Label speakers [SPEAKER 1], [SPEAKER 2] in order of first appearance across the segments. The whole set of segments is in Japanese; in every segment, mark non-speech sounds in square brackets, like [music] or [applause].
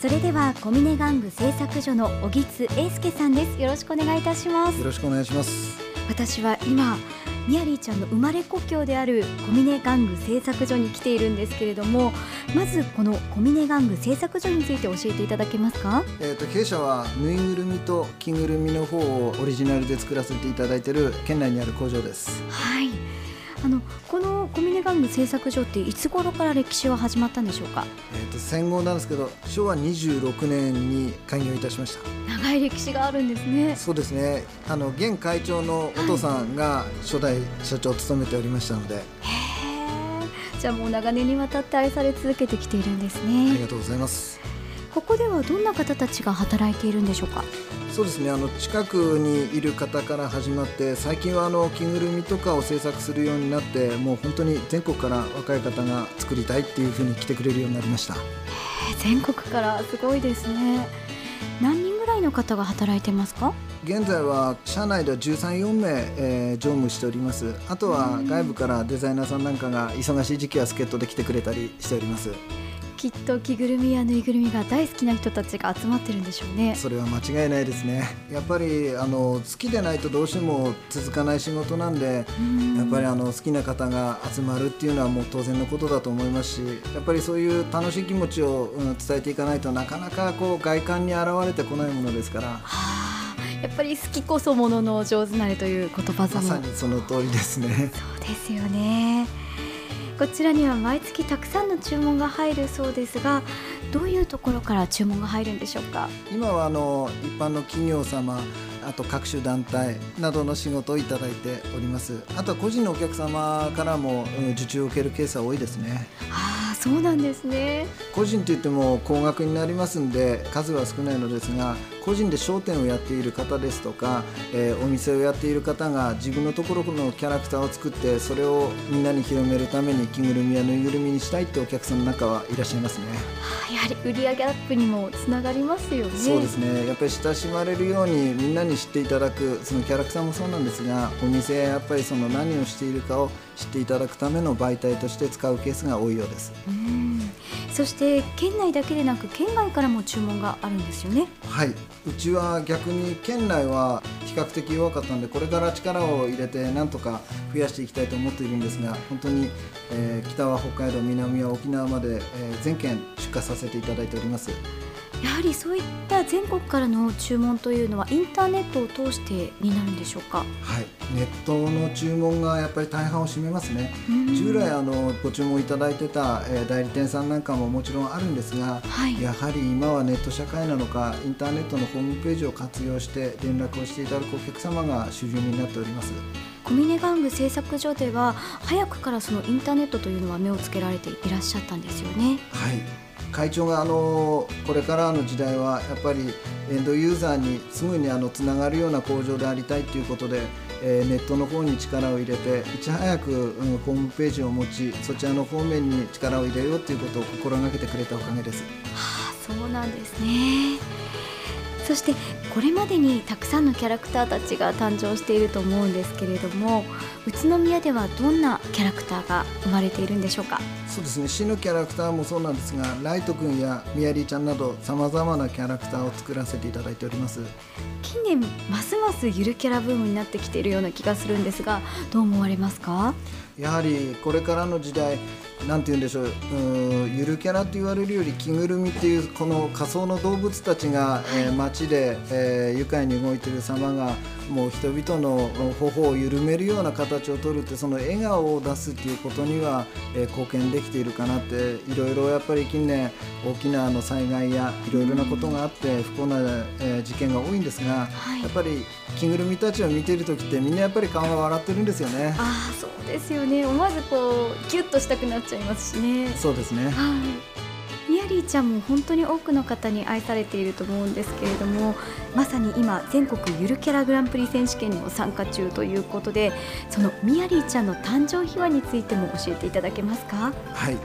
[SPEAKER 1] それでは小峰玩具製作所の小木津英介さんですよろしくお願いいたします
[SPEAKER 2] よろしくお願いします
[SPEAKER 1] 私は今ミヤリーちゃんの生まれ故郷である小峰玩具製作所に来ているんですけれどもまずこの小峰玩具製作所について教えていただけますか
[SPEAKER 2] えー、と弊社はぬいぐるみと着ぐるみの方をオリジナルで作らせていただいている県内にある工場です
[SPEAKER 1] はいあのこの小峰玩具製作所っていつ頃から歴史は始まったんでしょうか
[SPEAKER 2] えー、と戦後なんですけど昭和26年に開業いたしまし
[SPEAKER 1] 長い歴史があるんですね
[SPEAKER 2] たそうですねあの現会長のお父さんが初代社長を務めておりましたので、
[SPEAKER 1] へえじゃあもう長年にわたって愛され続けてきているんです
[SPEAKER 2] ありが
[SPEAKER 1] ね
[SPEAKER 2] とうございます
[SPEAKER 1] ここではどんな方たちが働いているんでしょうか
[SPEAKER 2] そうですねあの近くにいる方から始まって最近はあの着ぐるみとかを制作するようになってもう本当に全国から若い方が作りたいっていうふうに来てくれるようになりました
[SPEAKER 1] え全国からすごいですね何人ぐらいの方が働いてますか
[SPEAKER 2] 現在は社内では134名、えー乗務しておりますあとは外部からデザイナーさんなんかが忙しい時期は助っ人で来てくれたりしております
[SPEAKER 1] きっと着ぐるみやぬいぐるみが大好きな人たちが集まってるんでしょうね
[SPEAKER 2] それは間違いないですね [laughs] やっぱりあの好きでないとどうしても続かない仕事なんでやっぱりあの好きな方が集まるっていうのはもう当然のことだと思いますしやっぱりそういう楽しい気持ちを、うん伝えていかないとなかなかこう外観に現れてこないものですから
[SPEAKER 1] はあやっぱり好きこそものの上手なれという言葉ざ
[SPEAKER 2] ま
[SPEAKER 1] も
[SPEAKER 2] さにその通りですね
[SPEAKER 1] そうですよねこちらには毎月たくさんの注文が入るそうですがどういうところから注文が入るんでしょうか
[SPEAKER 2] 今はあの一般の企業様あと各種団体などの仕事をいただいておりますあとは個人のお客様からも、うん受注を受けるケースは多いですね
[SPEAKER 1] ああそうなんですね
[SPEAKER 2] 個人といっても高額になりますんで数は少ないのですが個人で商店をやっている方ですとか、えーお店をやっている方が自分のところのキャラクターを作ってそれをみんなに広めるために着ぐるみやぬいぐるみにしたいってお客さんの中はいらっしゃいますね。
[SPEAKER 1] あーやはり売り上げアップにもつながりますよね
[SPEAKER 2] そうですねやっぱり親しまれるようにみんなに知っていただくそのキャラクターもそうなんですがお店ややっぱりその何をしているかを知っていただくための媒体として使うケースが多いようです。
[SPEAKER 1] うんそして県内だけでなく県外からも注文があるんですよね
[SPEAKER 2] はいうちは逆に県内は比較的弱かったんでこれから力を入れてなんとか増やしていきたいと思っているんですが本当に、えー北は北海道南は沖縄まで、えー全県出荷させていただいております
[SPEAKER 1] やはりそういった全国からの注文というのはインターネットを通してになるんでしょうか、
[SPEAKER 2] はいネットの注文がやっぱり大半を占めますね
[SPEAKER 1] うん
[SPEAKER 2] 従来あのご注文いただいてた、えー代理店さんなんかももちろんあるんですが
[SPEAKER 1] はい
[SPEAKER 2] やはり今はネット社会なのかインターネットのホームページを活用して連絡をしていただくお客様が主流になっております
[SPEAKER 1] 小峰玩具製作所では早くからそのインターネットというのは目をつけられていらっしゃったんですよね
[SPEAKER 2] はい、会長があのこれからの時代はやっぱりエンドユーザーにすぐにあのつながるような工場でありたいということで、えーネットの方に力を入れていち早く、うんホームページを持ちそちらの方面に力を入れようということを心がけてくれたおかげです。
[SPEAKER 1] はあそうなんですねそしてこれまでにたくさんのキャラクターたちが誕生していると思うんですけれども宇都宮ではどんなキャラクターが生まれているんでしょうか
[SPEAKER 2] そうですね死のキャラクターもそうなんですがライト君やミヤリーちゃんなどさまざまなキャラクターを作らせていただいております。
[SPEAKER 1] 近年ますますゆるキャラブームになってきているような気がするんですがどう思われますか
[SPEAKER 2] やはりこれからの時代なんて言うんでしょううーんゆるキャラと言われるより着ぐるみっていうこの仮想の動物たちが、えー街で、えー愉快に動いてる様がもう人々の頬を緩めるような形をとるってその笑顔を出すっていうことには、えー貢献できているかなっていろいろやっぱり近年大きなあの災害やいろいろなことがあって不幸な、えー事件が多いんですが、
[SPEAKER 1] はい
[SPEAKER 2] やっぱり着ぐるみたちを見てる時ってみんなやっぱり顔が笑ってるんですよね。
[SPEAKER 1] ああそうですよね思わずこうキュッとしたくなっちゃいますしね
[SPEAKER 2] そうです
[SPEAKER 1] は
[SPEAKER 2] ね
[SPEAKER 1] い、ミヤリーちゃんも本当に多くの方に愛されていると思うんですけれどもまさに今全国ゆるキャラグランプリ選手権にも参加中ということでそのミヤリーちゃんの誕生秘話についても教えていただけますかは
[SPEAKER 2] はい、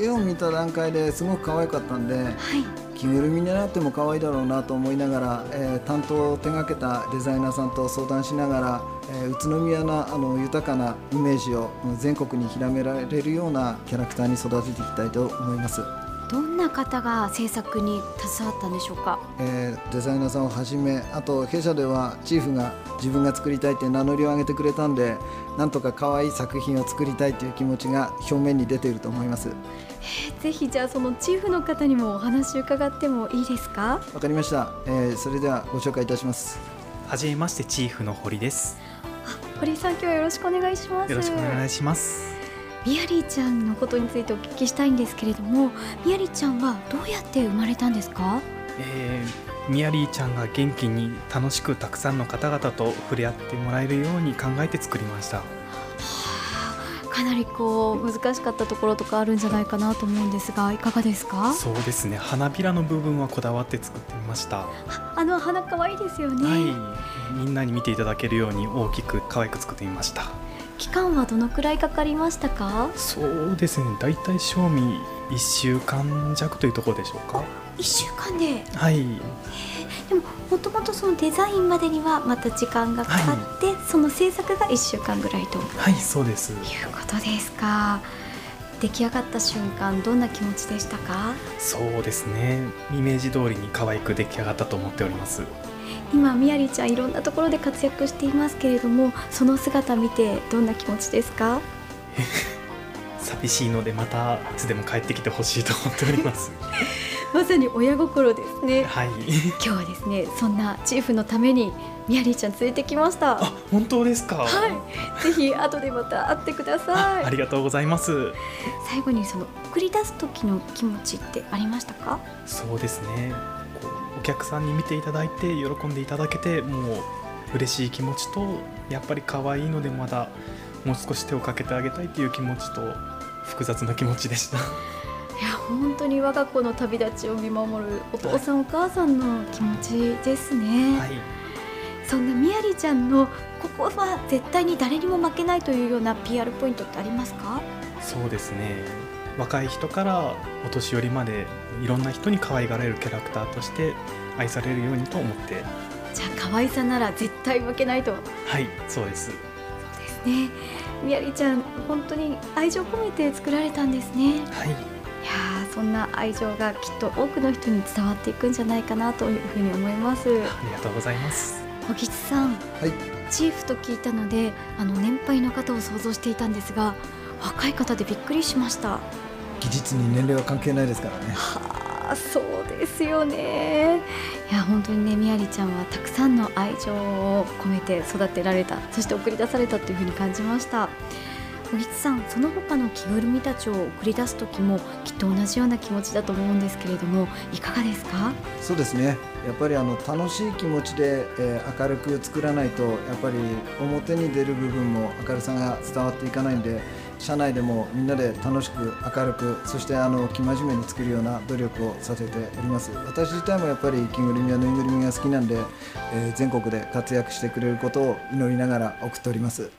[SPEAKER 2] 絵を見た段階ですごく可愛かったんで
[SPEAKER 1] い
[SPEAKER 2] 着ぐるみになっても可愛いだろうなと思いながら、えー担当を手がけたデザイナーさんと相談しながら、えー宇都宮のあの豊かなイメージをうん全国に広められるようなキャラクターに育てていきたいと思います。は
[SPEAKER 1] どんな方が制作に携わったんでしょうか
[SPEAKER 2] えーデザイナーさんをはじめあと弊社ではチーフが自分が作りたいって名乗りを上げてくれたんでなんとか可愛い作品を作りたいという気持ちが表面に出ていると思います
[SPEAKER 1] ぜひじゃあそのチーフの方にもお話伺ってもいいですか
[SPEAKER 2] わかりました、えーそれではご紹介いたします
[SPEAKER 3] はじめましてチーフの堀です
[SPEAKER 1] 堀井さん今日はよろしくお願いします
[SPEAKER 3] よろしくお願いします
[SPEAKER 1] ミヤリーちゃんのことについてお聞きしたいんですけれどもミヤリーちゃんはどうやって生まれたんですか
[SPEAKER 3] えー、ミヤリーちゃんが元気に楽しくたくさんの方々と触れ合ってもらえるように考えて作りました
[SPEAKER 1] かなりこう難しかったところとかあるんじゃないかなと思うんですがいかがですか
[SPEAKER 3] そうですね花びらの部分はこだわって作ってみました、
[SPEAKER 1] あの花可愛いですよね、
[SPEAKER 3] はいみんなに見ていただけるように大きく可愛く作ってみました
[SPEAKER 1] 期間はどのくらいかかりましたか
[SPEAKER 3] そうですね大体賞味1週間弱というところでしょうか
[SPEAKER 1] 1週間で
[SPEAKER 3] はい
[SPEAKER 1] でももともとそのデザインまでにはまた時間がかかって、その制作が1週間ぐらいという
[SPEAKER 3] はいそうです
[SPEAKER 1] ことですか出来上がった瞬間どんな気持ちでしたか
[SPEAKER 3] そうですねイメージ通りに可愛く出来上がったと思っております
[SPEAKER 1] 今みやりちゃんいろんなところで活躍していますけれどもその姿見てどんな気持ちですか
[SPEAKER 3] 寂しいのでまたいつでも帰ってきてほしいと思っており
[SPEAKER 1] [laughs]
[SPEAKER 3] ます
[SPEAKER 1] まさに親心ですね
[SPEAKER 3] はい
[SPEAKER 1] 今日はですねそんなチーフのためにみやりちゃん連れてきました
[SPEAKER 3] あ本当ですか
[SPEAKER 1] はいぜひ後でまた会ってくだ
[SPEAKER 3] あ
[SPEAKER 1] さ
[SPEAKER 3] あ
[SPEAKER 1] い
[SPEAKER 3] りがとうございます
[SPEAKER 1] 最後にその送り出す時の気持ちってありましたか
[SPEAKER 3] そうですねこうお客さんに見ていただいて喜んでいただけてもう嬉しい気持ちとやっぱり可愛いのでまだもう少し手をかけてあげたいという気持ちと複雑な気持ちで
[SPEAKER 1] [laughs]
[SPEAKER 3] した
[SPEAKER 1] いや本当に我が子の旅立ちを見守るお父さん、お母さんの気持ちですね、
[SPEAKER 3] はい
[SPEAKER 1] そんなみやりちゃんのここは絶対に誰にも負けないというような PR ポイントってありますか
[SPEAKER 3] そうですね若い人からお年寄りまでいろんな人に可愛がられるキャラクターとして愛されるようにと思って
[SPEAKER 1] じゃあ可愛さなら絶対負けないと
[SPEAKER 3] はいそうです
[SPEAKER 1] ですねみやりちゃん本当に愛情込めて作られたんですねいや
[SPEAKER 3] はい
[SPEAKER 1] ーそんな愛情がきっと多くの人に伝わっていくんじゃないかなというふうに思います
[SPEAKER 3] ありがとうございます
[SPEAKER 1] 小吉さん
[SPEAKER 2] はい
[SPEAKER 1] チーフと聞いたのであの年配の方を想像していたんですが若い方でびっくりしました
[SPEAKER 2] 技術に年齢は関係ないですからね
[SPEAKER 1] はあそうですよねいや本当にねみやりちゃんはたくさんの愛情を込めて育てられたそして送り出されたというふうに感じました小吉さんその他の着ぐるみたちを送り出す時もきっと同じような気持ちだと思うんですけれどもいかがですか
[SPEAKER 2] そうですねやっぱりあの楽しい気持ちで、えー明るく作らないとやっぱり表に出る部分も明るさが伝わっていかないんで社内でもみんなで楽しく明るくそしてあの生真面目に作るような努力をさせております私自体もやっぱり着ぐるみやぬいぐるみが好きなんで、えー全国で活躍してくれることを祈りながら送っております